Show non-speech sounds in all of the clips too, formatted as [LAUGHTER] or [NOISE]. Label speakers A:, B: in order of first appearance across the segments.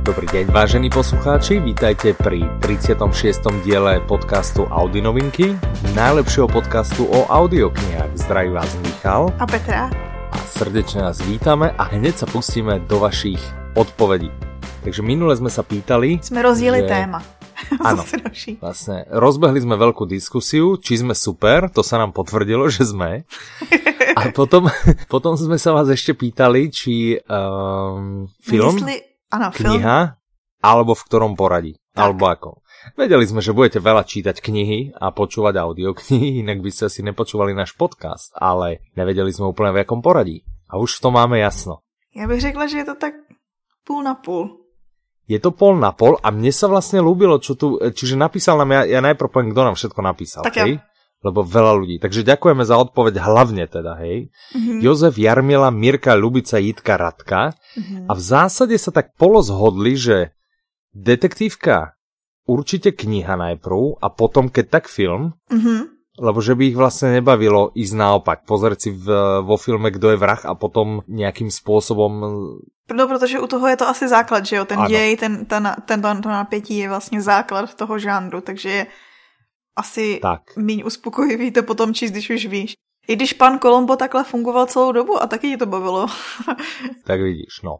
A: Dobrý deň, vážení poslucháči, vítajte pri 36. diele podcastu Audi Novinky, najlepšieho podcastu o audioknihách. Zdraví vás Michal
B: A Petra?
A: a srdečne vás vítame a hneď sa pustíme do vašich odpovedí. Takže minule sme sa pýtali,
B: Jsme
A: že-
B: rozjeli je... téma. [LAUGHS]
A: Ano.
B: Zase další.
A: Vlastne, rozbehli sme veľkú diskusiu, či sme super, to sa nám potvrdilo, že sme. A potom, [LAUGHS] potom sme sa vás ešte pýtali, či um, film,
B: Jestli... Ano, film.
A: kniha, alebo v ktorom poradí, tak.
B: Tak.
A: alebo ako. Vedeli sme, že budete veľa čítať knihy a počúvať audioknihy, [LAUGHS] inak by ste si nepočúvali náš podcast, ale nevedeli sme úplne v jakom poradí. A už to máme jasno.
B: Já bych řekla, že je to tak půl na půl.
A: Je to pol na pol a mne sa vlastne ľúbilo, čo tu, čiže napísal nám, ja, ja najprv poviem, kto nám všetko napísal,
B: Tak ja.
A: hej? Lebo veľa ľudí. Takže ďakujeme za odpoveď hlavne teda, hej?
B: Mhm.
A: Jozef, Jarmila, Mirka, Lubica, Jitka, Radka.
B: Mhm.
A: A v zásade sa tak polozhodli, že detektívka určite kniha najprv a potom keď tak film,
B: Mhm.
A: lebo že by ich vlastne nebavilo ísť naopak, pozrieť si v, vo filme Kdo je vrah a potom nejakým spôsobom
B: No, protože u toho je to asi základ, že jo? Ten
A: Ano.
B: ano. děj, ten, ten, ten, to napětí je vlastně základ toho žánru, takže je asi
A: tak.
B: míň uspokojivý to potom číst, když už víš. I když pan Kolombo takhle fungoval celou dobu a taky je to bavilo. [LAUGHS]
A: Tak vidíš, no.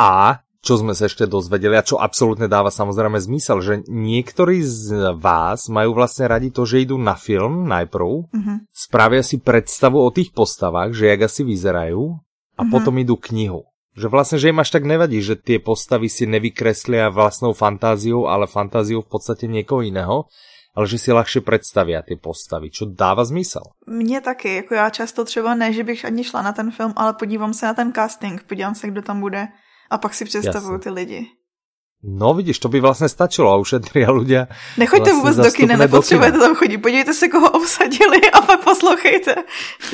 A: A čo sme sa ešte dozvedeli a čo absolútne dáva samozrejme zmysel, že niektorí z vás majú vlastne radi to, že idú na film najprv
B: Mhm.
A: spravia si predstavu o tých postavách, že jak asi vyzerajú a mm -hmm.
B: Mhm.
A: potom idú knihu. Že vlastne, že im až tak nevadí, že tie postavy si nevykreslia vlastnou fantáziou, ale fantáziou v podstate niekoho iného, ale že si ľahšie predstavia tie postavy, čo dáva zmysel.
B: Mně taky, jako já často třeba ne, že bych ani šla na ten film, ale podívám se na ten casting, podívám se, kdo tam bude a pak si představuju
A: Jasně.
B: ty lidi.
A: No vidíš, to by vlastne stačilo a ušetria ľudia.
B: Nechoďte
A: Vlastně
B: vůbec do
A: zastupme
B: kina,
A: do
B: nepotřebujete tam chodit, podívejte se, koho obsadili a pak poslouchejte.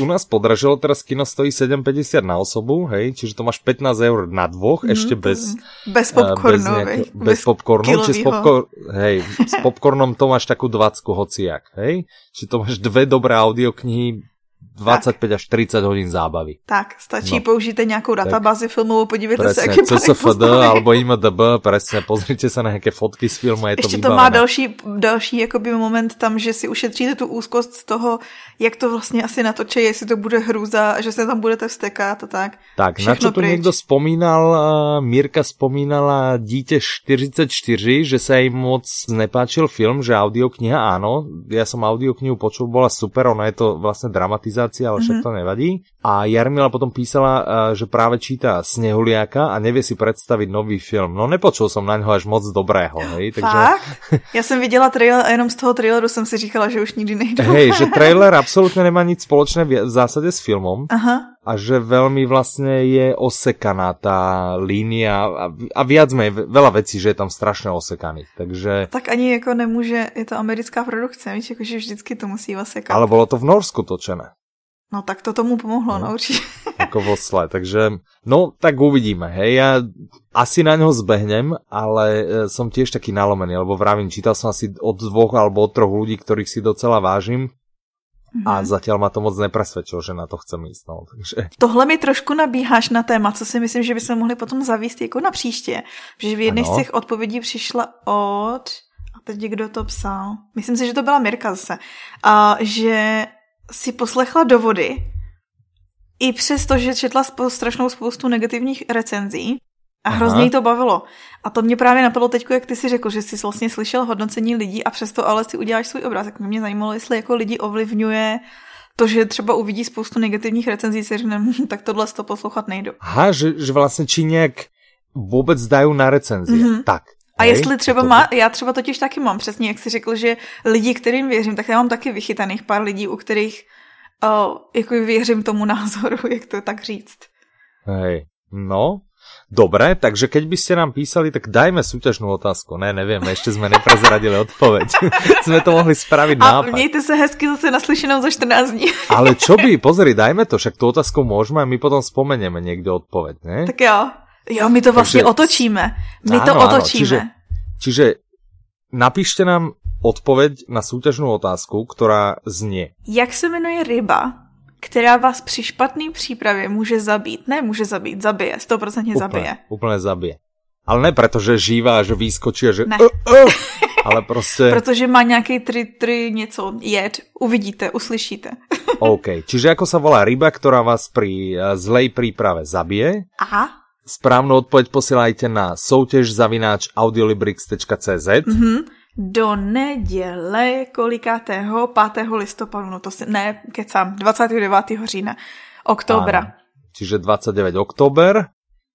A: U nás podražilo, teraz kino stojí 7,50 na osobu, hej, čiže to máš 15 eur na dvoch, mm, ešte
B: Mhm,
A: bez,
B: bez
A: Eh,
B: popcornu,
A: bez,
B: viď?
A: bez, bez popcornu, či s,
B: kilovýho.
A: popcor- hej, s popcornom to máš takú 20 hociak, hej? Či to máš dve dobré audioknihy 25 až 30 hodín zábavy.
B: Tak, stačí
A: No.
B: no. použijte nějakou databázi filmovou, podívejte se,
A: Presne,
B: jaký
A: CSFD alebo IMDB, presne, pozrite sa na nejaké fotky z filmu, je to
B: Ještě to má
A: vybavené.
B: další, další jakoby moment tam, že si ušetříte tu úzkost z toho, jak to vlastně asi natočí, jestli to bude hrůza, že se tam budete vstekat a tak.
A: Tak, na čo
B: všechno
A: tu
B: pryč.
A: niekto spomínal, eh, Mírka spomínala Dítě 44, že sa jej moc nepáčil film, že audiokniha áno. Ja som audioknihu počul, bola super, ona je to vlastne dramatizácia, ale
B: Mhm.
A: však to nevadí. A Jarmila potom písala, eh, že práve číta Snehuliaka a nevie si predstaviť nový film. No nepočul som na ňo až moc dobrého, hej, takže... [LAUGHS]
B: Fakt? Já jsem viděla trailer a jenom z toho traileru jsem si říkala, že už nikdy nejdu.
A: Hej, že trailer absolútne nemá nič spoločné v v zásade s filmom.
B: Aha,
A: a že veľmi vlastne je osekaná tá línia a, a viac menej ve- veľa vecí, že je tam strašne osekaných, takže
B: tak ani jako nemůže, je to americká produkce, víš, jakože vždycky to musí vlastně vasekat.
A: ale bolo to v Norsku točené,
B: No tak to tomu pomohlo,
A: No.
B: no, určitě.
A: ako v Osle, takže no tak uvidíme, hej, ja asi na ňo zbehnem, ale e, som tiež taký nalomený, lebo vravím, čítal som asi od dvoch alebo od troch ľudí, ktorých si docela vážim
B: Mhm.
A: a zatiaľ ma to moc nepresvedčilo, že na to chcem ísť, no, takže
B: Tohle mi trošku nabíháš na téma, co si myslím, že bychom mohli potom zavíst jako na příště. Protože v jedné
A: Ano.
B: z těch odpovědí přišla od... A teď kdo to psal? Myslím si, že to byla Mirka zase. A že si poslechla dovody, i přesto, že četla spou- strašnou spoustu negativních recenzí, a
A: Aha.
B: hrozně jí to bavilo. A to mě právě napadlo teď, jak ty si řekl, že jsi vlastně slyšel hodnocení lidí a přesto ale si uděláš svůj obraz. Tak mě zajímalo, jestli jako lidi ovlivňuje to, že třeba uvidí spoustu negativních recenzí, si řekne, "Hm, tak tohle z to poslouchat nejdu.
A: aha, že, že vlastne či nejak vôbec dajú na recenzie,
B: Mhm.
A: tak.
B: A
A: hej,
B: jestli třeba
A: to-
B: má, já třeba totiž taky mám přesně, jak jsi řekl, že lidi, kterým věřím, tak já mám taky vychytaných pár lidí, u kterých uh, jako věřím tomu názoru, [LAUGHS] jak to tak říct.
A: Hej, no. Dobre, takže keď by ste nám písali, tak dajme súťažnú otázku. Ne, neviem, ešte sme neprezradili odpoveď. [LAUGHS] sme to mohli spraviť
B: A
A: nápad.
B: mějte se hezky zase naslyšenou za 14 dní. [LAUGHS]
A: Ale čo by, pozri, dajme to, však tú otázku môžeme a my potom spomeneme niekde odpoveď, ne?
B: Tak jo. Jo, my to vlastně
A: Takže-
B: Takže... otočíme. My
A: Ano,
B: to
A: ano,
B: otočíme.
A: čiže- Čiže napíšte nám odpoveď na súťažnú otázku, ktorá znie.
B: Jak se jmenuje ryba, která vás při špatný přípravě může zabít? Ne, může zabít, zabije, stoprocentně zabije.
A: Úplne, úplne zabije. Ale ne proto, že žívá, že výskočí a že...
B: Ne.
A: Uh, uh, ale prostě...
B: [LAUGHS] Protože má nějaký tri, tri něco jed. Uvidíte, uslyšíte.
A: OK. Čiže ako sa volá ryba, ktorá vás pri eh, zlej príprave zabije?
B: A?
A: Správnu odpoveď posílajte na soutěž zavináč audiolibrix.cz
B: Mhm. Do neděle kolikátého 5. listopadu, no to si, ne, kecám, 29. října, oktobra.
A: Áno. Čiže 29 október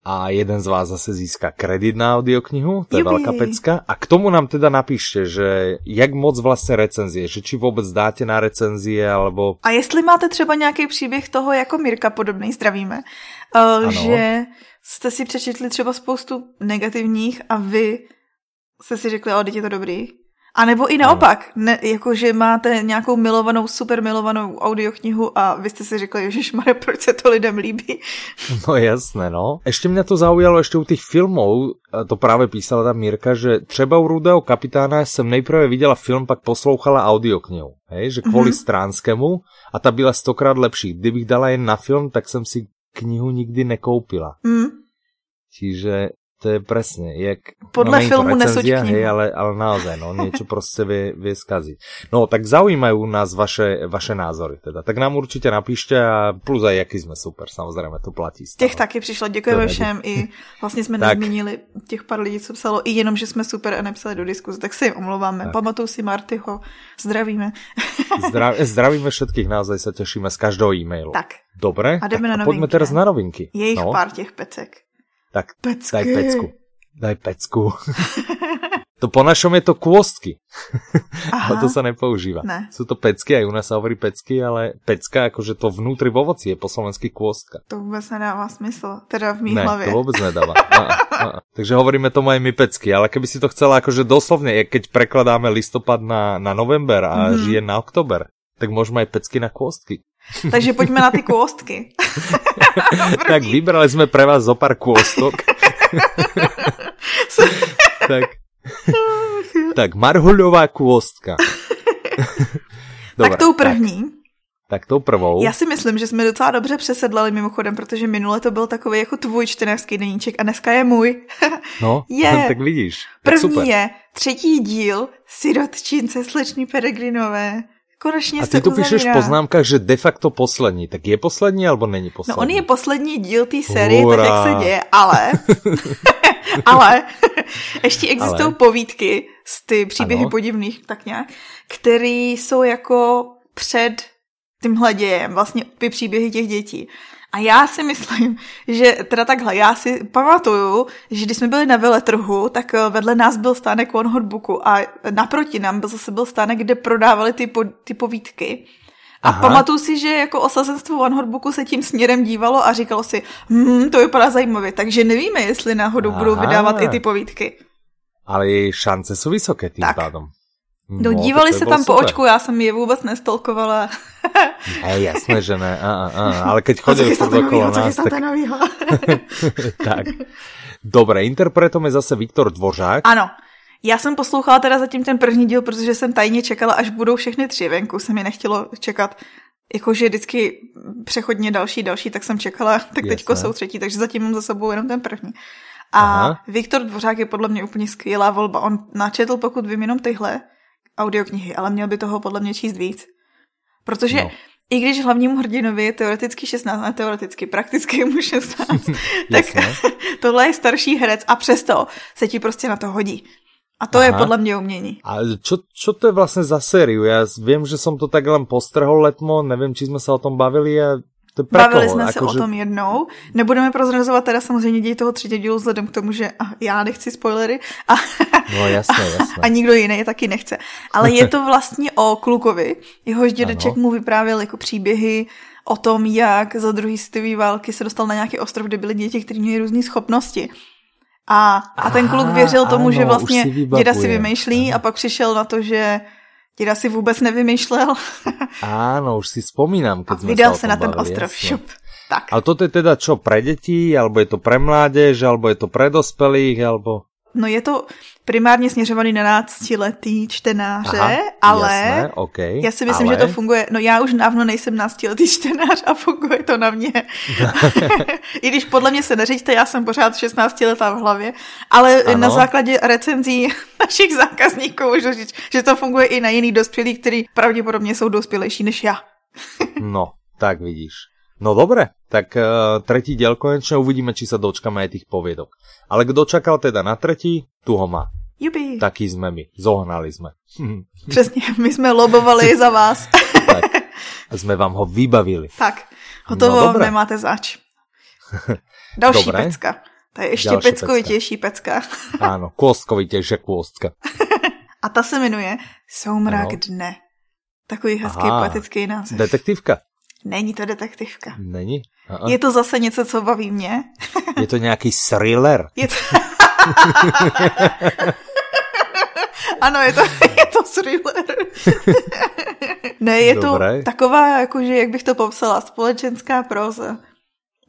A: a jeden z vás zase získá kredit na audioknihu, to je
B: Jupi.
A: veľká pecka. A k tomu nám teda napíšte, že jak moc vlastne recenzie, že či vôbec dáte na recenzie, alebo
B: A jestli máte třeba nějaký příběh toho, jako Mirka podobný, zdravíme, eh, že jste si přečetli třeba spoustu negativních a vy jste si řekli, o, teď je to dobrý. A nebo i naopak, ne, jakože máte nějakou milovanou, super milovanou audioknihu a vy jste si řekli, že proč se to lidem líbí.
A: [LAUGHS] No jasné, no. Ešte mňa to zaujalo ešte u tých filmov, a to práve písala tá Mirka, že třeba u Rudého kapitána som nejprve videla film, pak poslouchala audioknihu. Hej, že kvôli
B: Mhm.
A: mm -hmm. Stránskému a ta byla stokrát lepší. Kdybych dala jen na film, tak jsem si knihu nikdy nekoupila.
B: Mm.
A: Čiže to je presne, jak... no,
B: Podle
A: není to
B: filmu nesuď
A: recenzia,
B: knihu.
A: hej, ale, ale naozaj, no, niečo proste vie, vie skaziť. No, tak zaujímajú nás vaše, vaše názory teda. Tak nám určitě napíšte a plus aj, jaký jsme super, samozřejmě, to platí.
B: Těch
A: stále.
B: taky přišlo, děkujeme
A: nevím.
B: všem
A: [LAUGHS]
B: i vlastně jsme
A: Tak.
B: nezmínili těch pár lidí, co psalo i jenom, že jsme super a nepsali do diskuze, tak se jim omlouváme.
A: Tak.
B: Pamatuju si Martyho, zdravíme.
A: Zdrav, zdravíme všetkých, naozaj sa tešíme z každého e-mailu.
B: Tak,
A: Dobre,
B: A jdeme
A: tak
B: na
A: poďme
B: novinky,
A: teraz
B: ne?
A: na novinky.
B: Je jich
A: no,
B: no. pár těch pecek.
A: Tak
B: Pecky.
A: daj pecku. Daj
B: [LAUGHS]
A: pecku. to po našom je to kôstky,
B: Aha.
A: ale to sa nepoužíva.
B: Ne.
A: Sú to pecky, aj u nás sa hovorí pecky, ale pecka, akože to vnútri v ovoci je po slovensky kôstka.
B: To vůbec nedává smysl, teda v mý
A: ne,
B: hlavě.
A: to vôbec nedáva. A, a, a. Takže hovoríme tomu aj my pecky, ale keby si to chcela akože doslovne, jak keď prekladáme listopad na, na november a
B: Mhm.
A: mm-hmm. žije na oktober, tak môžeme aj pecky na kôstky.
B: Takže pojďme na
A: [LAUGHS]
B: ty kůstky.
A: Tak vybrali sme pre vás zo pár
B: [LAUGHS]
A: kôstok. tak.
B: Oh,
A: tak, marhuľová
B: [LAUGHS]
A: kôstka.
B: tak tou
A: Tak,
B: první.
A: tak tou prvou.
B: Já si myslím, že jsme docela dobře přesedlali mimochodem, protože minule to byl takový jako tvůj čtenářský deníček a dneska je můj.
A: No,
B: Je.
A: [LAUGHS] tak vidíš. Tak
B: První
A: super.
B: je třetí díl Sirotčince slečny Peregrinové. Konečně
A: A
B: se
A: ty tu píšeš v
B: uzavírá.
A: poznámkách, že de facto poslední. Tak je poslední, alebo není
B: No
A: poslední?
B: on je poslední díl té série,
A: Hurá.
B: tak jak se děje,
A: [LAUGHS]
B: ale... ale ještě existují
A: Ale.
B: povídky z ty příběhy
A: Ano.
B: ano. podivných, tak nějak, který jsou jako před tímhle dějem, vlastně ty příběhy těch dětí. A já si myslím, že teda takhle, já si pamatuju, že když jsme byli na veletrhu, tak eh, vedle nás byl stánek One Hot Booku a naproti nám byl zase byl stánek, kde prodávali ty, po, ty povídky. A
A: Aha.
B: Aha. pamatuju si, že jako osazenstvo One Hot Booku se tím směrem dívalo a říkalo si, hm, to vypadá zajímavě, takže nevíme, jestli náhodou budou
A: Aha.
B: vydávat i ty povídky.
A: Ale její šance jsou vysoké tím
B: Tak.
A: pádem.
B: No,
A: tak
B: dívali
A: to
B: se
A: bylo
B: tam po
A: super.
B: očku, já jsem je vůbec nestolkovala.
A: Ne, jasné, že ne. A, a, a. Ale keď
B: A [LAUGHS] co
A: chodili furt
B: chystáte
A: okolo
B: novýho, co
A: nás, tak
B: chystáte novýho.
A: tak. Dobre, interpretom je zase Viktor Dvořák.
B: Ano, já jsem poslouchala teda zatím ten první díl, protože jsem tajně čekala, až budou všechny tři venku, se mi nechtělo čekat jakože vždycky přechodně další, další, tak jsem čekala, tak teďko
A: Jasné.
B: jsou třetí, takže zatím mám za sebou jenom ten první. A
A: Aha.
B: Aha. Viktor Dvořák je podle mě úplně skvělá volba. On načetl, pokud vím, jenom tyhle audioknihy, ale měl by toho podle mě číst víc. Protože
A: No.
B: no. i když hlavnímu hrdinovi je teoreticky 16, ne teoreticky, prakticky je mu 16,
A: [LAUGHS]
B: tak
A: Jasné.
B: tohle je starší herec a přesto se ti prostě na to hodí. A to Aha. je
A: Aha.
B: podle mě umění.
A: A čo, čo to je vlastne za sériu? Ja viem, že som to tak len postrhol letmo, neviem, či sme sa o tom bavili a to je pre
B: Bavili
A: koho?
B: jsme se
A: Akože-
B: o tom jednou. Nebudeme prozrazovat teda samozřejmě děj toho třetího dílu vzhledem k tomu, že a, já nechci spoilery a,
A: No jasné, jasné.
B: [LAUGHS] a nikdo jiný je taky nechce. Ale
A: [LAUGHS]
B: je to vlastně o klukovi. Jehož dědeček
A: Ano.
B: mu vyprávěl jako příběhy o tom, jak za druhý světové války se dostal na nějaký ostrov, kde byly děti, které měly různé schopnosti. A, a ten kluk
A: Aha,
B: věřil tomu,
A: ano,
B: že
A: už
B: vlastně
A: si vybavujem.
B: děda si vymýšlí a
A: Ano.
B: pak přišel na to, že děda si vůbec nevymýšlel
A: Áno, už si spomínam,
B: a
A: keď sme
B: vydal
A: sa, o
B: se
A: tom
B: na ten
A: bavili,
B: ostrov.
A: jasné.
B: Šup. Tak.
A: Ale toto je teda čo, pre deti, alebo je to pre mládež, alebo je to pre dospelých, alebo...
B: No je to primárně směřovaný na náctiletý čtenáře, Aha, ale
A: Jasné, okay,
B: já si myslím,
A: ale...
B: že to funguje. No já už dávno nejsem náctiletý čtenář a funguje to na
A: [LAUGHS]
B: mě. [LAUGHS] I když podle mě se neřiďte, já jsem pořád 16 letá v hlavě, ale
A: Ano.
B: ano. na základě recenzí [LAUGHS] našich zákazníků můžu říct, že to funguje i na jiných dospělých, který pravděpodobně jsou dospělejší než já.
A: No, tak vidíš. No dobre, tak uh, tretí diel konečne uvidíme, či sa dočkame aj tých poviedok. Ale kto čakal teda na tretí, tu ho má.
B: Jubi.
A: Taký sme my, zohnali sme. [LAUGHS] Hm,
B: Přesně, [LAUGHS] my jsme
A: [LAUGHS]
B: lobovali za vás. [LAUGHS]
A: tak, sme vám ho vybavili.
B: tak, hotovo,
A: dobré.
B: no,
A: [LAUGHS]
B: nemáte zač. Další
A: Dobré.
B: dobré. pecka. To je ještě
A: Další
B: peckovitější pecka.
A: Áno, kôstkovitejšia kôstka.
B: A ta se jmenuje Soumrak
A: Ano.
B: ano. dne. Takový hezký
A: Aha.
B: Aha. poetický název.
A: Detektívka?
B: Není to detektivka.
A: Není? Aha.
B: Je to zase něco, co baví mě.
A: Je to nejaký thriller. [LAUGHS]
B: Je to... ano, je to, je to thriller. ne, je
A: Dobré.
B: to taková, jakože, jak bych to popsala, společenská proza.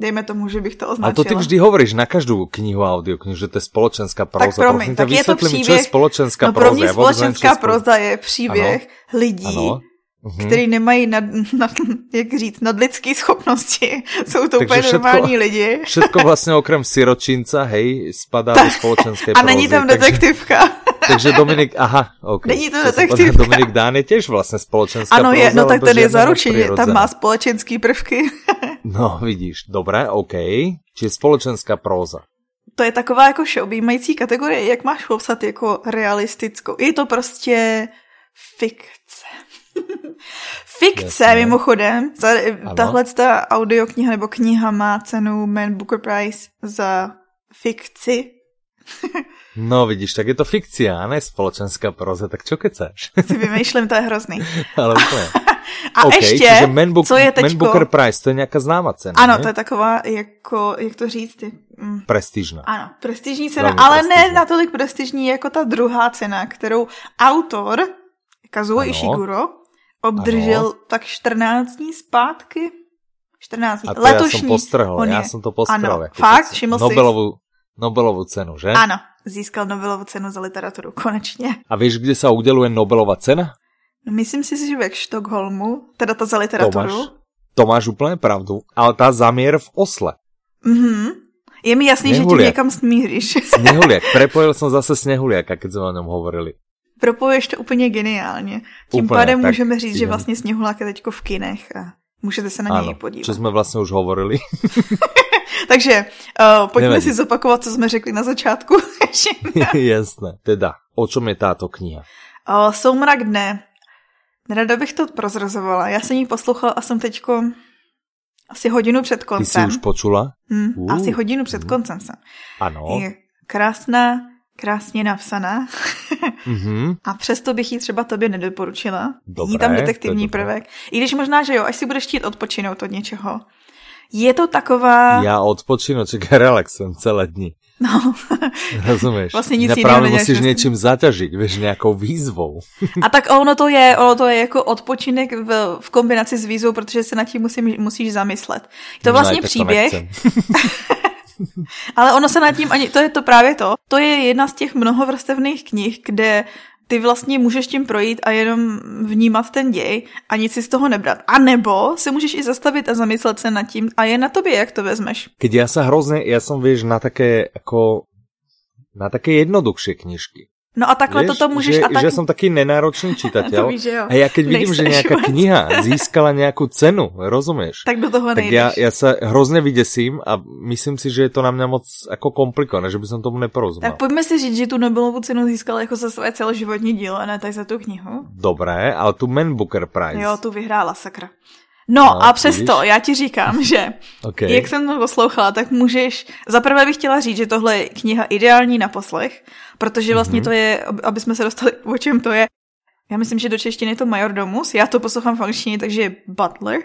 B: Dejme tomu, že bych to označila.
A: Ale to ty vždy hovoríš na každú knihu a audioknihu, že to je spoločenská proza.
B: promiň,
A: ťa,
B: tak je to
A: vysvetli mi, čo je
B: příběh-
A: společenská
B: No
A: proza.
B: pro mě
A: Ja vôbec neviem, čo je
B: společenská
A: spolo-
B: proza je příběh ano. lidí,
A: Áno.
B: ano.
A: Mhm.
B: který nemají, nad, [LAUGHS] nad, jak říct, nadlidské schopnosti. [LAUGHS] Jsou to
A: Takže
B: úplně
A: všetko-
B: normální lidi.
A: Všetko vlastne okrem siročinca, hej, spadá do spoločenskej
B: A není tam
A: takže, [LAUGHS]
B: detektivka.
A: takže Dominik, aha, ok.
B: Není to
A: Chcel som povedať,
B: detektívka.
A: [LAUGHS] Dominik Dán je tiež vlastne společenská
B: Ano, je,
A: próza,
B: no tak
A: lebo
B: ten je
A: žiadna
B: zaručeně, tam
A: nadprirodzená.
B: má společenský prvky. [LAUGHS]
A: No, vidíš, dobré, ok. Čiže spoločenská próza.
B: To je taková jako všeobjímající kategorie, jak máš popsat jako realistickou. Je to prostě fikce. [LAUGHS] fikce,
A: Jasně.
B: mimochodem. Za,
A: Ano.
B: tahle ta audiokniha nebo kniha má cenu Man Booker Prize za fikci.
A: No vidíš, tak je to fikcia, a ne spoločenská próza, tak čo kecáš? [LAUGHS]
B: Si vymýšlím, to je hrozný.
A: Ale úplne.
B: [LAUGHS] A
A: [LAUGHS] OK,
B: ještě,
A: čiže Man, Book,
B: co je
A: Man
B: teďko?
A: Booker Prize, to je nejaká známa cena,
B: Ano,
A: ne?
B: to je taková, jako, jak to říct, je- mm,
A: Prestížna.
B: Ano, prestižní cena,
A: Velmi
B: Velmi ale
A: prestižní.
B: ne natolik prestižní jako ta druhá cena, kterou autor Kazuo
A: Ano.
B: Ishiguro obdržel
A: Ano.
B: tak 14 dní zpátky. 14 dní.
A: A to
B: Letošní.
A: ja som postrhol,
B: on
A: ja
B: je.
A: som to postrhol.
B: Áno,
A: ako
B: fakt,
A: kecáš.
B: všimol si?
A: Nobelovú, Nobelovú cenu, že?
B: Ano, získal Nobelovu cenu za literaturu, konečně.
A: A vieš, kde sa udeluje Nobelová cena?
B: No, myslím si, že ve Štokholmu, teda ta za literaturu.
A: Tomáš. To máš úplne pravdu, ale tá zamier v Osle.
B: Mhm. Je mi jasný, že tím
A: Nehuliak.
B: někam smíříš.
A: [LAUGHS] Snehuliak, prepojil som zase Snehuliaka, keď sme o ňom hovorili.
B: Propoješ to úplně geniálně. Tím
A: Úplně,
B: pádem
A: tak
B: můžeme říct,
A: jdem.
B: že vlastně Sněhulák je teďko v kinech a můžete se na něj podívat.
A: čo sme vlastne už hovorili. [LAUGHS]
B: Takže uh, pojďme
A: Nevadí.
B: si zopakovat, co jsme řekli na začátku. [LAUGHS]
A: Jasné. Teda, o čom je táto kniha?
B: uh, Soumrak dne. Nerada bych to prozrazovala. Já jsem ji poslouchala a jsem teďko asi hodinu před
A: Ty si
B: koncem.
A: už počula?
B: Hm,
A: Uh, No.
B: asi hodinu před
A: mhm.
B: koncem jsem.
A: Áno.
B: Je krásná, krásně napsaná.
A: Mhm.
B: A přesto bych ji třeba tobě nedoporučila.
A: Dobré,
B: Není tam
A: to je
B: detektivní
A: dobré.
B: prvek. I když možná, že jo, až si budeš chtít odpočinout od něčeho. Je to taková...
A: Ja odpočinoček a relaxujem celé [LAUGHS] dni.
B: [LAUGHS] No,
A: Rozumieš?
B: Vlastne Vlastně nic
A: Mňa
B: iného
A: práve
B: nedáš,
A: musíš
B: vlastne.
A: niečím zaťažiť, vieš, nejakou výzvou.
B: A tak ono to je, ono to je jako odpočinek v, v kombinaci s výzvou, protože se nad tím musí, musíš zamyslet. Je to vlastně
A: Aj, tak
B: příběh,
A: nechcem.
B: ale ono se nad tím ani, to je to právě to. To je jedna z těch mnohovrstevných knih, kde ty vlastně můžeš tím projít a jenom vnímat ten děj a nic si z toho nebrat. A nebo se můžeš i zastavit a zamyslet se nad tím a je na tobě, jak to vezmeš.
A: Keď ja sa hrozne, ja som, vieš, na také, ako na také jednoduchšie knižky.
B: No a takhle
A: vieš,
B: toto můžeš
A: že,
B: a tak...
A: že som taký nenáročný čítateľ.
B: [LAUGHS] to víš, že jo.
A: A ja keď vidím, že
B: Nejseš
A: nejaká
B: vůbec.
A: kniha získala nejakú cenu, rozumieš?
B: Tak do toho
A: tak
B: nejdeš.
A: ja, ja sa hrozne vydesím a myslím si, že je to na mňa moc ako komplikované, že by som tomu
B: Tak
A: neporozumel.
B: pojďme si říct, že tu Nobelovu cenu získala jako za své celoživotní dílo a ne tady za tu knihu.
A: Dobré, ale tu Man Booker Prize.
B: Jo, tu vyhrála, sakra.
A: No,
B: No, no a
A: vidíš?
B: přesto, já
A: [LAUGHS]
B: ti říkám, že
A: okay.
B: okay. jak jsem to poslouchala, tak můžeš... Zaprvé bych chtěla říct, že tohle je kniha ideální na poslech, protože vlastně
A: Mhm.
B: mm-hmm. to je, ab- aby jsme se dostali, o čem to je. Já myslím, že do češtiny je to Majordomus, já to poslouchám v angličtině, takže je Butler.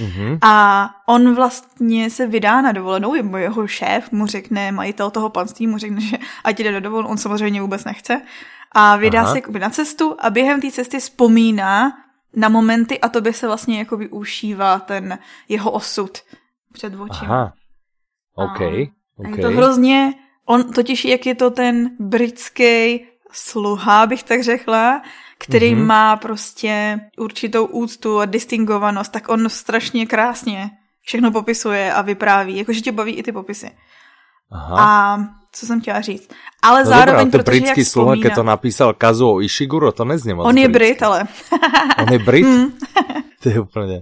A: Mhm.
B: A on vlastně se vydá na dovolenou, jemu jeho šéf mu řekne, majitel toho panství mu řekne, že ať jde do dovolenou, on samozřejmě vůbec nechce. A vydá
A: Aha.
B: Aha. se jakoby na cestu a během té cesty vzpomíná na momenty a tobě se vlastně jakoby ušívá ten jeho osud před očima.
A: Aha. OK.
B: A
A: OK.
B: Je to hrozně On totiž, jak je to ten britský sluha, bych tak řekla, který
A: Mhm.
B: mm-hmm. má prostě určitou úctu a distingovanost, tak on strašně krásně všechno popisuje a vypráví. Jakože tě baví i ty popisy.
A: Aha.
B: A co jsem chtěla říct. Ale
A: No
B: zároveň,
A: dobrá, to
B: protože jak
A: britský sluha,
B: vzpomíná,
A: keď to napísal Kazuo Ishiguro, no, to neznie moc
B: on je
A: britsky.
B: Brit, ale...
A: On je Brit?
B: Hmm.
A: To je úplne...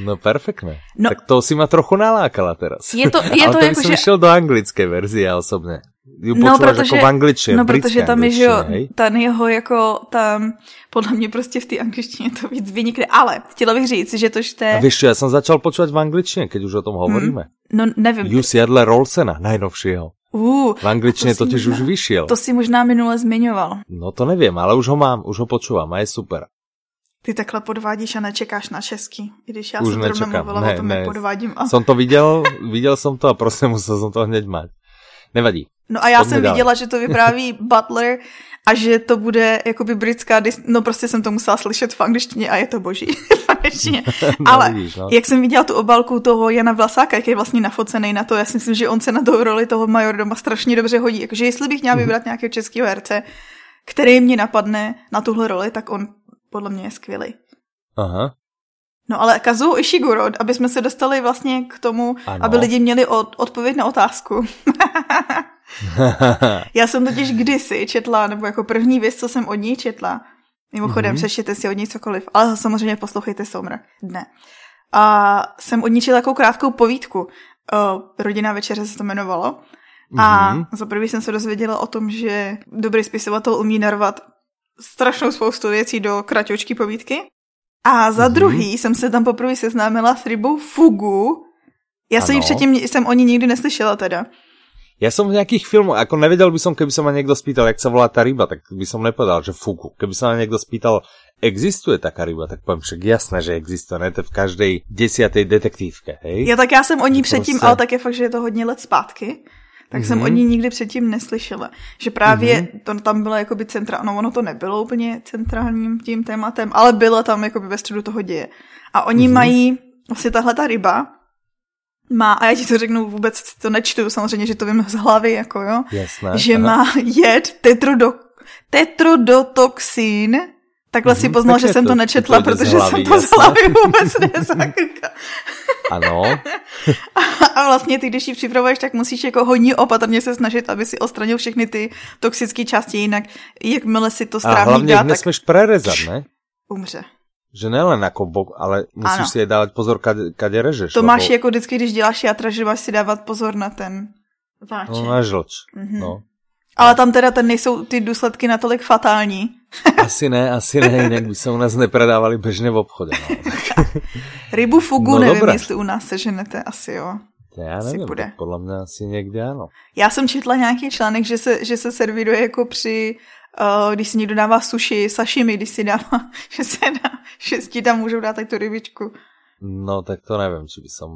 A: No perfektné.
B: No.
A: Tak to si ma trochu nalákala teraz.
B: Je to, je
A: ale
B: to,
A: to by
B: jako,
A: som
B: že...
A: išiel do anglické verzie ja osobne. Ju
B: No,
A: počúvaš
B: protože-
A: ako v angličtine,
B: No,
A: v britské
B: protože tam je, že jo,
A: angličtině, hej?
B: ten jeho jako tam, podle mě prostě v té angličtině to víc vynikne, ale chtěla bych říct, že to
A: A
B: čte,
A: vieš čo, ja som začal počúvať v angličtine, keď už o tom hovoríme.
B: no
A: Mm.
B: nevím,
A: Jus Jadler Rolsena, najnovšieho.
B: uh,
A: V angličtine
B: A to si
A: totiž
B: možná-
A: už vyšiel.
B: to si možná minule zmiňoval.
A: No to neviem, ale už ho mám, už ho počúvam a je super.
B: Ty takhle podvádíš a nečekáš na český, i když já
A: Už
B: jsem zrovna
A: nečekám,
B: mluvila
A: ne,
B: o tom,
A: ne.
B: jak podvádím. A...
A: Som to videl, videl som to a proste musel som to hneď mať. Nevadí.
B: No a já
A: pojďme
B: jsem
A: dál.
B: viděla, že to vypráví
A: [LAUGHS]
B: Butler a že to bude jakoby britská, dis... no prostě jsem to musela slyšet v angličtině a je to boží [LAUGHS] v angličtině.
A: [LAUGHS] No,
B: Ale
A: vidíš, no.
B: Jak jsem viděla tu obálku toho Jana Vlasáka, jak je vlastně nafocený na to, já si myslím, že on se na tu roli toho majordoma strašně dobře hodí. Takže jestli bych
A: Mhm.
B: měla vybrat nějakého českého herce, který mě napadne na tuhle roli, tak on podle mě je skvělý.
A: Aha.
B: No ale Kazuo Ishiguro, aby jsme se dostali vlastně k tomu,
A: Ano.
B: ano. aby lidi měli od, odpověď na otázku. Já jsem totiž kdysi četla, nebo jako první věc, co jsem od ní četla, mimochodem
A: Mhm.
B: mm-hmm. přečtěte si od ní cokoliv, ale samozřejmě poslouchejte Soumrak dne. A jsem od ní četla takovou krátkou povídku. Uh, Rodinná večeře se to jmenovalo. A
A: Mhm.
B: za prvé jsem se dozvěděla o tom, že dobrý spisovatel umí narvat strašnou spoustu věcí do kratoučké povídky. A za
A: Mhm.
B: druhý jsem se tam poprvé seznámila s rybou Fugu. Já jsem ji
A: Ano.
B: předtím, jsem o ní nikdy neslyšela teda.
A: Ja som v nejakých filmoch, ako nevedel by som, keby sa ma niekto spýtal, jak sa volá tá ryba, tak by som nepovedal, že fuku. Keby sa ma niekto spýtal, existuje taká ryba, tak poviem však jasné, že existuje, ne? To je v každej desiatej detektívke, hej?
B: Já tak já jsem o ní
A: Prostě-
B: předtím, ale tak je fakt, že je to hodně let zpátky, tak jsem
A: Mhm.
B: o ní nikdy předtím neslyšela. Že právě to tam bylo jakoby centra, no ono to nebylo úplně centrálním tím tématem, ale bylo tam jakoby ve středu toho děje. A oni
A: Mhm.
B: mají, vlastně tahle ta ryba má, a já ti to řeknu vůbec, to nečtu samozřejmě, že to vím z hlavy, jako jo,
A: Jasné.
B: že
A: aha.
B: má [LAUGHS] jed tetrodo, tetrodotoxín, Takhle si
A: Mhm,
B: poznal,
A: pěkně
B: že jsem
A: to-
B: to nečetla,
A: to jde z
B: protože
A: hlavy,
B: jsem to z
A: jasné.
B: hlavy vůbec
A: [LAUGHS]
B: nezakrkala.
A: Ano,
B: [LAUGHS] A vlastně ty, když ji připravuješ, tak musíš jako hodně opatrně se snažit, aby si odstranil všechny ty toxické části, jinak jakmile si to
A: a
B: strávní
A: hlavne
B: dá,
A: ich
B: tak
A: nesmeš prerezať, ne?
B: umře.
A: Že nelen ako bok, ale musíš ano.
B: Áno.
A: si jej dávať pozor, kade, kade režeš.
B: To
A: lebo
B: máš jako vždycky, když děláš játra, že máš si dávat pozor na ten váček.
A: No, na žlč.
B: Mhm.
A: No.
B: Ale tam teda ten nejsou ty důsledky natolik fatální.
A: Asi ne, asi ne, inak by sa u nás nepredávali bežne v obchode. No.
B: Rybu fugu
A: No,
B: nevím,
A: dobré.
B: jestli u nás seženete, asi jo.
A: To Ja
B: Asi
A: neviem,
B: bude.
A: tak podľa mňa asi niekde áno.
B: Já jsem četla nějaký článek, že se, že se servíruje jako při, uh, když si někdo dává sushi, sashimi, když si dává, [LAUGHS] že se dá, že ti tam můžou dát tak tu rybičku.
A: No, tak to neviem, či by som...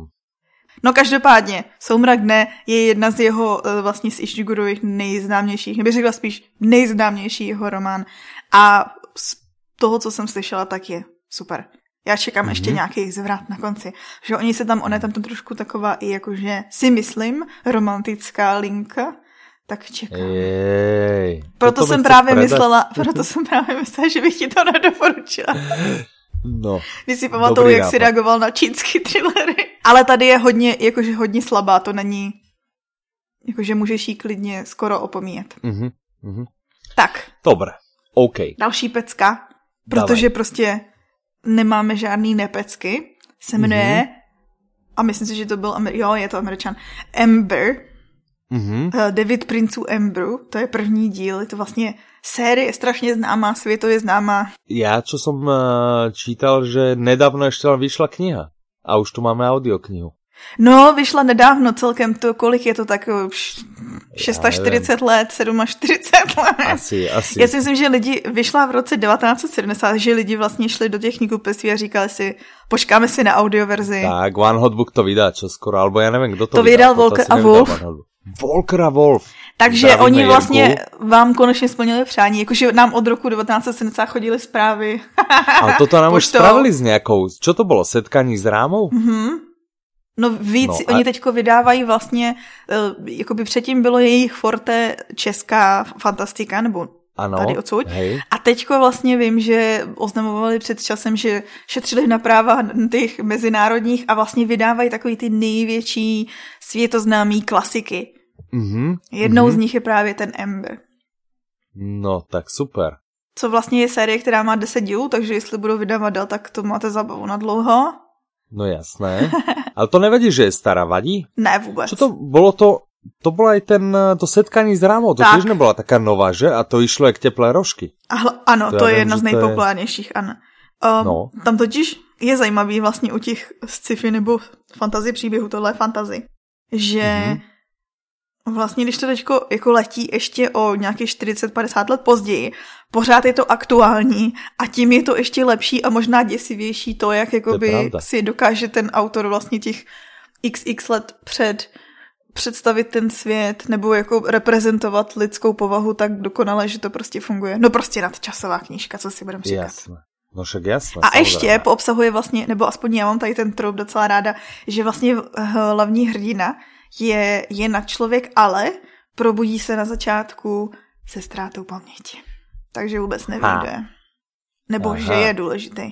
B: No každopádně, Soumrak ne je jedna z jeho eh, vlastně z Ishigurových nejznámějších, nebo bych řekla spíš nejznámější jeho román. A z toho, co jsem slyšela, tak je super. Já čekám mm-hmm. ještě
A: Mhm.
B: nějaký zvrat na konci. Že oni se tam, ona je tam to trošku taková i jakože si myslím, romantická linka, tak čekám.
A: Jej,
B: proto
A: toto mi
B: jsem
A: chceš
B: právě
A: predať?
B: myslela, proto jsem právě myslela, že bych ti to nedoporučila.
A: No,
B: Když si pamatuju,
A: Dobrý
B: jak si
A: nápad.
B: reagoval na čínský thrillery. [LAUGHS] Ale tady je hodně, jakože hodně slabá, to není, jakože můžeš jí klidně skoro opomíjet.
A: mhm, mhm.
B: Tak,
A: Dobre, OK.
B: další pecka, protože prostě nemáme žádný nepecky, se jmenuje,
A: Mhm.
B: a myslím si, že to byl, Amer- jo, je to američan, Amber,
A: Mhm.
B: Eh, Devět princů Embru, to je první díl, je to vlastně série strašně známá, světově známá.
A: Ja, čo som eh, čítal, že nedávno ešte len vyšla kniha. A už tu máme audioknihu.
B: No, vyšla nedávno celkem to, kolik je to tak, eh, š- 640 let, 47 let.
A: Asi, asi.
B: Já Eh, si myslím, že lidi vyšla v roce 1970, že lidi vlastně šli do těch knihkupectví a říkali si, počkáme si na audioverzi.
A: Tak, One Hot Book to vydá čoskoro, alebo ja neviem, kdo to
B: To
A: vydal
B: vydal Walker
A: asi
B: a
A: nevydal
B: Wolf.
A: One Hot Book. Walker a Wolf.
B: Takže
A: zdravíme
B: oni
A: Jirku.
B: vlastně vám konečně splnili přání, jakože nám od roku 1970 chodili zprávy. [LAUGHS]
A: Ale toto nám už
B: Poštou.
A: spravili s nejakou, čo to bolo, setkání s rámou?
B: Mhm. No víc, no,
A: No
B: a...
A: a-
B: oni teďko vydávají vlastně, eh, jakoby předtím bylo jejich forte česká fantastika, nebo
A: Ano,
B: Tady odsud?
A: hej.
B: a teďko vlastně vím, že oznamovali před časem, že šetřili na práva těch mezinárodních a vlastně vydávají takový ty největší světoznámý klasiky.
A: Mhm,
B: Jednou
A: mhm.
B: z nich je právě ten Ember.
A: No, tak super.
B: Co vlastně je série, která má 10 dílů, takže jestli budou vydávat dál, tak to máte zabavu na dlouho.
A: No jasné. Ale to nevedí, že je stará, vadí?
B: Ne vůbec.
A: Čo to bolo to, to bolo aj ten, to setkání s rámou, to
B: Tak.
A: tiež nebola taká nová, že? A to išlo aj k teplé rožky.
B: A hla-
A: To
B: ano, to,
A: já
B: to je
A: vím,
B: jedna
A: že
B: z
A: to je-
B: nejpopulárnějších, ano. Um, no.
A: No.
B: Tam totiž je zajímavý vlastně u těch sci-fi nebo fantasy příběhů, tohle je fantasy, že
A: Mhm.
B: mm-hmm. vlastně když to teďko jako letí ještě o nějakých 40-50 let později, pořád je to aktuální a tím je to ještě lepší a možná děsivější to, jak jakoby
A: pravda.
B: si dokáže ten autor vlastně těch xx let před představit ten svět nebo jako reprezentovat lidskou povahu tak dokonale, že to prostě funguje. No prostě nadčasová knížka, co si budeme říkat.
A: Jasné. No však jasné.
B: A ještě
A: samozrejme.
B: poobsahuje vlastně, nebo aspoň já mám tady ten trop docela ráda, že vlastně eh, hlavní hrdina je, je na člověk, ale probudí se na začátku se ztrátou paměti. Takže vůbec nevíde. Nebo
A: Aha.
B: že je důležitý.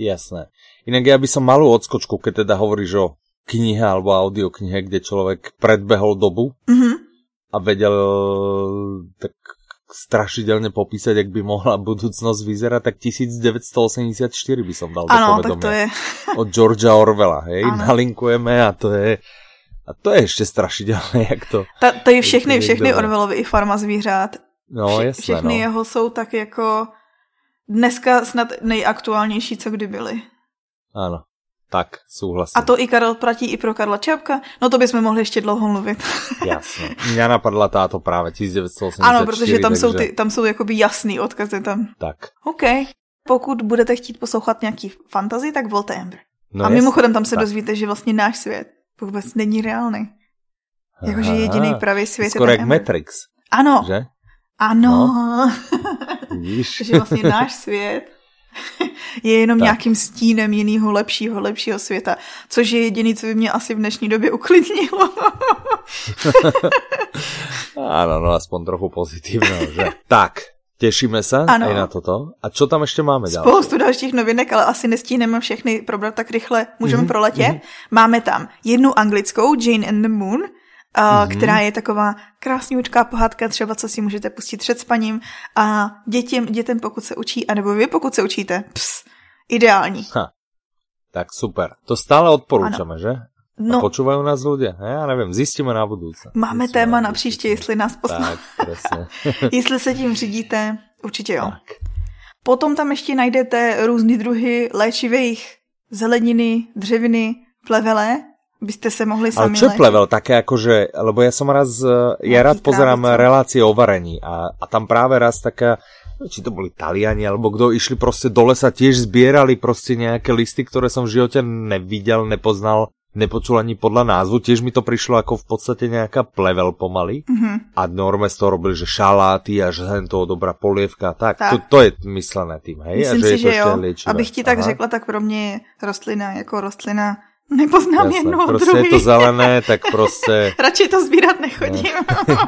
A: Jasné. Inak ja by som malú odskočku, keď teda hovoríš o knihe alebo audioknihe, kde človek predbehol dobu
B: Mhm.
A: a vedel tak strašidelne popísať, jak by mohla budúcnosť vyzerať, tak 1984 by som dal do
B: Ano, tak
A: povedomia.
B: to je.
A: od Georgia Orwella, hej,
B: Ano.
A: ano. nalinkujeme a to je a to je ještě strašidelné, [LAUGHS] jak to.
B: Ta, tady všechny,
A: Někdo
B: všechny
A: ne.
B: Orvelovi i farma zvířat
A: No,
B: Vše-
A: jasné,
B: všechny
A: no.
B: jeho jsou tak jako dneska snad nejaktuálnější, co kdy byly.
A: Ano. Tak, souhlasím.
B: A to i Karel platí i pro Karla Čapka. No to bychom mohli ještě dlouho mluvit. [LAUGHS]
A: Jasné. Mě napadla táto právě 1984.
B: ano, protože tam
A: takže,
B: jsou, ty, tam jsou jakoby jasný odkazy tam.
A: Tak.
B: OK. Pokud budete chtít poslouchat nějaký fantazy, tak volte Ember.
A: No
B: a
A: jasné.
B: mimochodem tam se
A: tak.
B: dozvíte, že vlastně náš svět vůbec není reálný. Jakože
A: Aha.
B: jediný pravý svět
A: Skoro
B: je
A: jak
B: ten No. Ember.
A: Matrix,
B: Ano,
A: že? no.
B: ano. [LAUGHS]
A: Vidíš?
B: že vlastně náš svět [LAUGHS] je jenom
A: Tak.
B: tak. nějakým stínem jiného lepšího, lepšího světa, což je jediný, co by mě asi v dnešní době uklidnilo.
A: Ano, no aspoň trochu pozitivně, že? Tak, těšíme se
B: Ano.
A: i na toto. A co tam ještě máme dál?
B: Spoustu dalších novinek, ale asi nestíneme všechny probrat tak rychle. Můžeme mm-hmm.
A: Mhm,
B: proletět.
A: mhm.
B: Máme tam jednu anglickou, Jane and the Moon, Uh, mm-hmm.
A: Mhm.
B: která je taková krásňoučká pohádka, třeba co si můžete pustit před spaním a dětem, dětem pokud se učí, anebo vy pokud se učíte, ps, ideální.
A: Tak super. To stále odporúčame, že? No. A
B: No,
A: počúvajú nás ľudia? Ja neviem, zistíme na budúce.
B: máme
A: Zistíme
B: téma
A: budúce.
B: na příště, jestli nás [LAUGHS] posloucháte.
A: Tak, presne.
B: Jestli se tím řídíte, určitě jo.
A: tak.
B: Potom tam ještě najdete různé druhy léčivých zeleniny, dřeviny, plevele. Byste se
A: Ale
B: mohli sami
A: čo je
B: léčit.
A: plevel také akože, lebo ja som raz, eh, ja
B: Nejaký
A: rád pozerám
B: trávici.
A: relácie o varení a, a tam práve raz taká či to boli Taliani, alebo kto išli proste do lesa, tiež zbierali proste nejaké listy, ktoré som v živote nevidel, nepoznal, nepočul ani podľa názvu. Tiež mi to prišlo ako v podstate nejaká plevel pomaly.
B: Mhm.
A: A norme z toho robili, že šaláty a že hen toho dobrá polievka a tak.
B: Tak.
A: tak. To, to je myslené tým, hej?
B: Myslím
A: a že
B: si,
A: je to
B: že
A: ešte
B: jo.
A: aj liečivé.
B: Abych ti tak
A: Aha.
B: řekla, tak pro mě je rostlina jako rostlina. Nepoznám
A: Jasné,
B: jednu od
A: prostě je
B: druhý.
A: to zelené, tak prostě...
B: [LAUGHS] Radši to sbírat
A: [LAUGHS]
B: nechodím.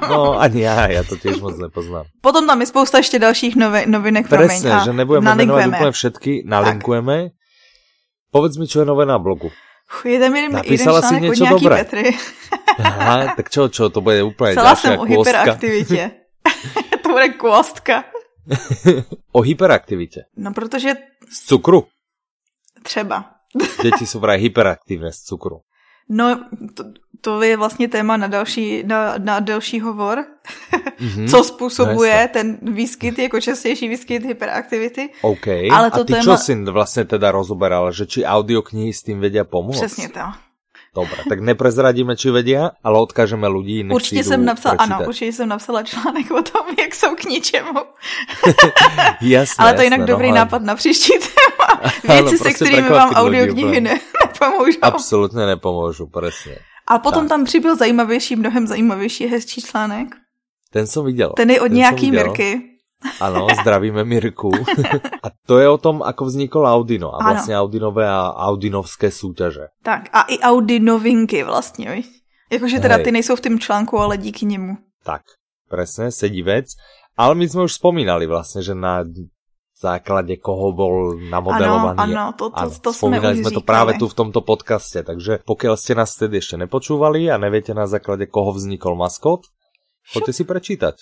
A: No ani já, já to těž moc nepoznám.
B: Potom tam je spousta ještě dalších novi, novinek.
A: Presne,
B: promiň, a
A: že nebudeme jmenovat
B: nalinkujeme.
A: úplně všetky, nalinkujeme. Povedz mi, čo je nové na blogu.
B: Uf, Je tam jeden, jeden
A: Napísala si
B: článek od
A: něco
B: nějaký
A: dobré.
B: Petry.
A: Aha, tak čo, čo, to bude úplně
B: Psala
A: další
B: jsem o
A: kôstka.
B: hyperaktivitě. [LAUGHS] to bude kostka.
A: O hyperaktivitě.
B: No, protože
A: Z cukru.
B: třeba.
A: Děti jsou právě hyperaktivné z cukru.
B: No, to, to je vlastně téma na další, na, na další hovor.
A: Mhm.
B: Co způsobuje
A: jasně.
B: ten výskyt, jako častější výskyt hyperaktivity?
A: OK.
B: Ale to
A: a ty
B: téma-
A: čo si vlastně teda rozoberal, že či audioknihy s tím vedia pomoct?
B: Přesně to.
A: Dobre, tak neprezradíme, či vedia, ale odkážeme ľudí, nech
B: Určitě
A: si
B: jsem
A: idú
B: napsala,
A: prečítať.
B: ano, určitě jsem napsala článek o tom, jak jsou k ničemu.
A: Jasné,
B: Ale to je
A: jasné,
B: jinak dobrý
A: no, ale-
B: nápad na příští [LAUGHS] téma. Věci, se
A: prostě
B: kterými vám
A: překvapit lidi
B: audioknihy
A: úplně.
B: ne, nepomůžou.
A: [LAUGHS] Absolutně nepomůžu, přesně.
B: A potom
A: tak.
B: tam přibyl zajímavější, mnohem zajímavější, hezčí článek.
A: Ten jsem viděl.
B: Ten je od
A: jsem
B: nějaký
A: viděl.
B: Mirky.
A: Ano, zdravíme
B: [LAUGHS]
A: Mirku. A to je o tom, ako vzniklo Audino a vlastně Audinové a Audinovské súťaže.
B: Tak a i Audi novinky vlastně, viď? Jakože teda
A: Hej.
B: ty nejsou v tom článku, ale díky němu.
A: Tak, presne, sedí vec. Ale my jsme už spomínali vlastně, že na základě koho bol namodelovaný.
B: Ano, ano, to, to,
A: Áno,
B: to jsme
A: spomínali
B: už
A: jsme to
B: říkali.
A: právě tu v tomto podcaste, takže pokiaľ ste nás tedy ešte nepočúvali a neviete na základe koho vznikol maskot, choďte si prečítať.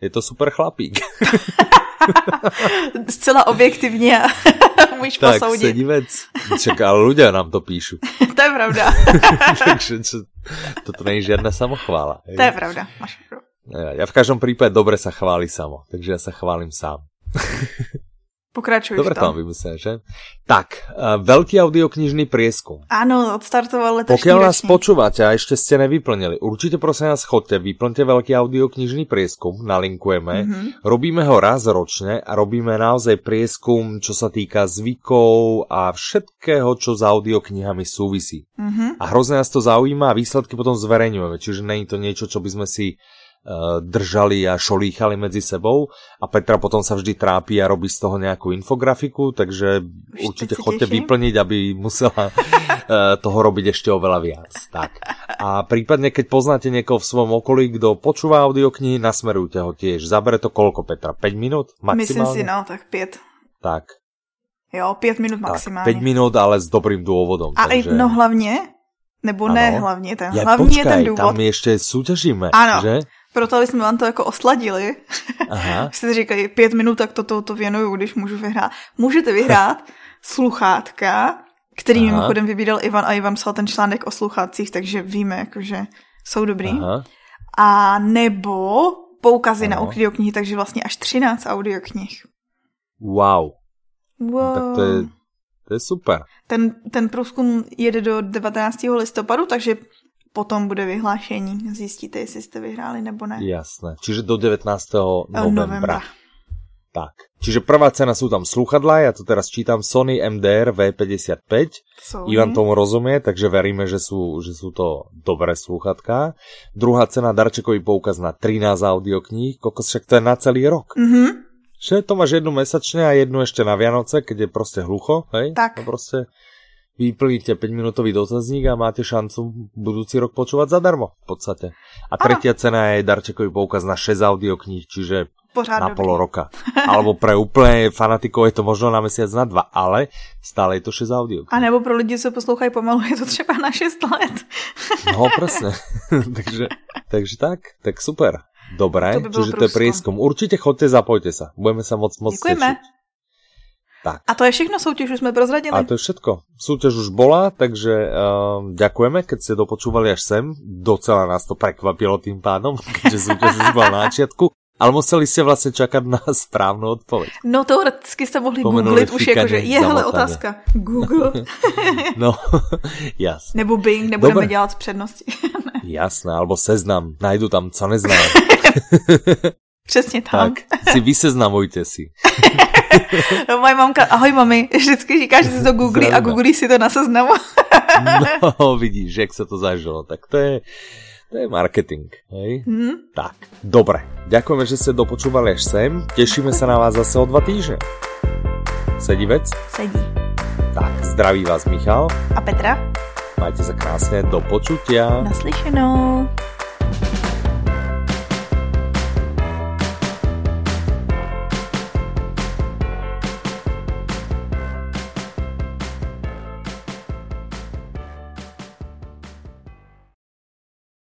A: Je to super chlapík.
B: [LAUGHS] Zcela objektivně [LAUGHS] můžeš
A: Tak,
B: posoudit.
A: sedí vec. Čak, ale ľudia nám to píšu.
B: [LAUGHS] To je pravda,
A: [LAUGHS] Takže čo, toto není žiadna samochvála.
B: to je pravda. Máš pravdu.
A: Ja v každom prípade dobre sa chváli samo, takže ja sa chválim sám.
B: Pokračuj
A: Dobre
B: v tom.
A: tam vymyslel, že? Tak, eh, veľký audioknižný prieskum.
B: Ano, odstartoval letošní
A: Pokiaľ nás
B: ročník.
A: počúvate a ešte ste nevyplnili, určite prosím vás chodte, vyplňte veľký audioknižný prieskum, nalinkujeme.
B: Mhm.
A: Robíme ho raz ročne a robíme naozaj prieskum, čo sa týka zvykov a všetkého, čo s audioknihami súvisí.
B: Mhm.
A: A hrozne nás to zaujíma a výsledky potom zverejňujeme, čiže není to niečo, čo by sme si eh, držali a šolíchali medzi sebou a Petra potom sa vždy trápi a robí z toho nejakú infografiku, takže
B: Už
A: určite
B: teď si
A: chodte
B: teším.
A: vyplniť, aby
B: [LAUGHS]
A: musela eh, toho robiť ešte oveľa viac. Tak. A prípadne, keď poznáte niekoho v svojom okolí, kto počúva audioknihy, nasmerujte ho tiež. Zabere to koľko, Petra? 5 minút
B: Myslím
A: maximálne?
B: si, no, tak pět.
A: Tak,
B: Jo, pět minut
A: tak, 5
B: maximálně.
A: minút, ale s dobrým dôvodom.
B: A takže... no hlavně, nebo ano. ne
A: Ano.
B: hlavně, ten
A: Ja,
B: hlavní
A: počkaj,
B: je ten důvod,
A: tam ještě soutěžíme,
B: Ano.
A: že?
B: proto aby jsme vám to jako osladili,
A: Aha.
B: Už jste říkali, pět minut, tak to, to, to věnuju, když můžu vyhrát. Můžete
A: [LAUGHS]
B: vyhrát sluchátka, který
A: Aha.
B: Aha. mimochodem vybídal Ivan a Ivan psal ten článek o sluchácích, takže víme, jakože jsou [LAUGHS] dobrý. Aha.
A: Aha.
B: A nebo poukazy ano. na
A: Ano.
B: audioknihy, takže vlastně až 13 audioknih.
A: Wow. No,
B: Wow.
A: Tak to je, to je super.
B: Ten, ten průzkum jede do 19. listopadu, takže potom bude vyhlášení. Zjistíte, jestli jste vyhráli nebo ne.
A: Jasné. Čiže do 19. novembra.
B: Eh,
A: Tak. Čiže prvá cena sú tam sluchadla, ja to teraz čítam Sony MDR V55.
B: Jsou,
A: Ivan tomu rozumie, takže veríme, že sú, že sú to dobré slúchatka. Druhá cena darčekový poukaz na 13 audiokníh, kokos však to je na celý rok.
B: Mhm.
A: Že to máš jednu mesačne a jednu ešte na Vianoce, keď je proste hlucho, hej?
B: Tak.
A: No proste vyplníte 5-minútový dotazník a máte šancu budúci rok počúvať zadarmo v podstate. A tretia cena je darčekový poukaz na 6 audiokníh, čiže
B: Pořád
A: na
B: dobrý.
A: pol roka. Alebo pre úplne fanatikov je to možno na mesiac na dva, ale stále je to 6 audiokníh.
B: A nebo pro lidi, co poslouchají pomalu, je to třeba na 6 let.
A: No, presne. [LAUGHS] takže, takže tak, tak super. Dobré,
B: To by byl
A: čiže to je
B: průzkum.
A: prieskum. Určite chodte, zapojte sa. Budeme sa moc moc
B: Děkujeme.
A: tešiť. Tak.
B: A to je všechno soutěž, už jsme prozradili.
A: A to je všetko. Súťaž už bola, takže um, ďakujeme, keď ste dopočúvali až sem. Docela nás to prekvapilo tým pádom, [LAUGHS] keďže súťaž už bola na začiatku. Ale museli ste vlastne čakať na správnu odpoveď.
B: No teoreticky jste mohli
A: Pomenuli
B: googlit už
A: fíkaně
B: jako, že je hele
A: zamotaně.
B: otázka.
A: [LAUGHS]
B: Google
A: No, jasné.
B: nebo Bing, nebudeme
A: Dobré.
B: dělat přednosti. [LAUGHS]
A: Jasné, alebo seznam. Najdu tam, co neznám.
B: Přesně tam.
A: tak, si vyseznamujte si. [LAUGHS]
B: No, moje mamka, ahoj mami, [LAUGHS] vždycky říká, že si to googlí a
A: Zdravíme.
B: googlí si to na seznamu.
A: No, vidíš, jak se to zažilo. Tak to je, to je marketing. Hej?
B: Hm?
A: Tak, dobre. Ďakujeme, že ste dopočúvali až sem. Tešíme sa na vás zase o dva týždne. Sedí vec?
B: Sedí.
A: Tak, zdraví vás Michal.
B: A Petra?
A: Majte sa krásne. Do počutia.
B: Naslyšenou.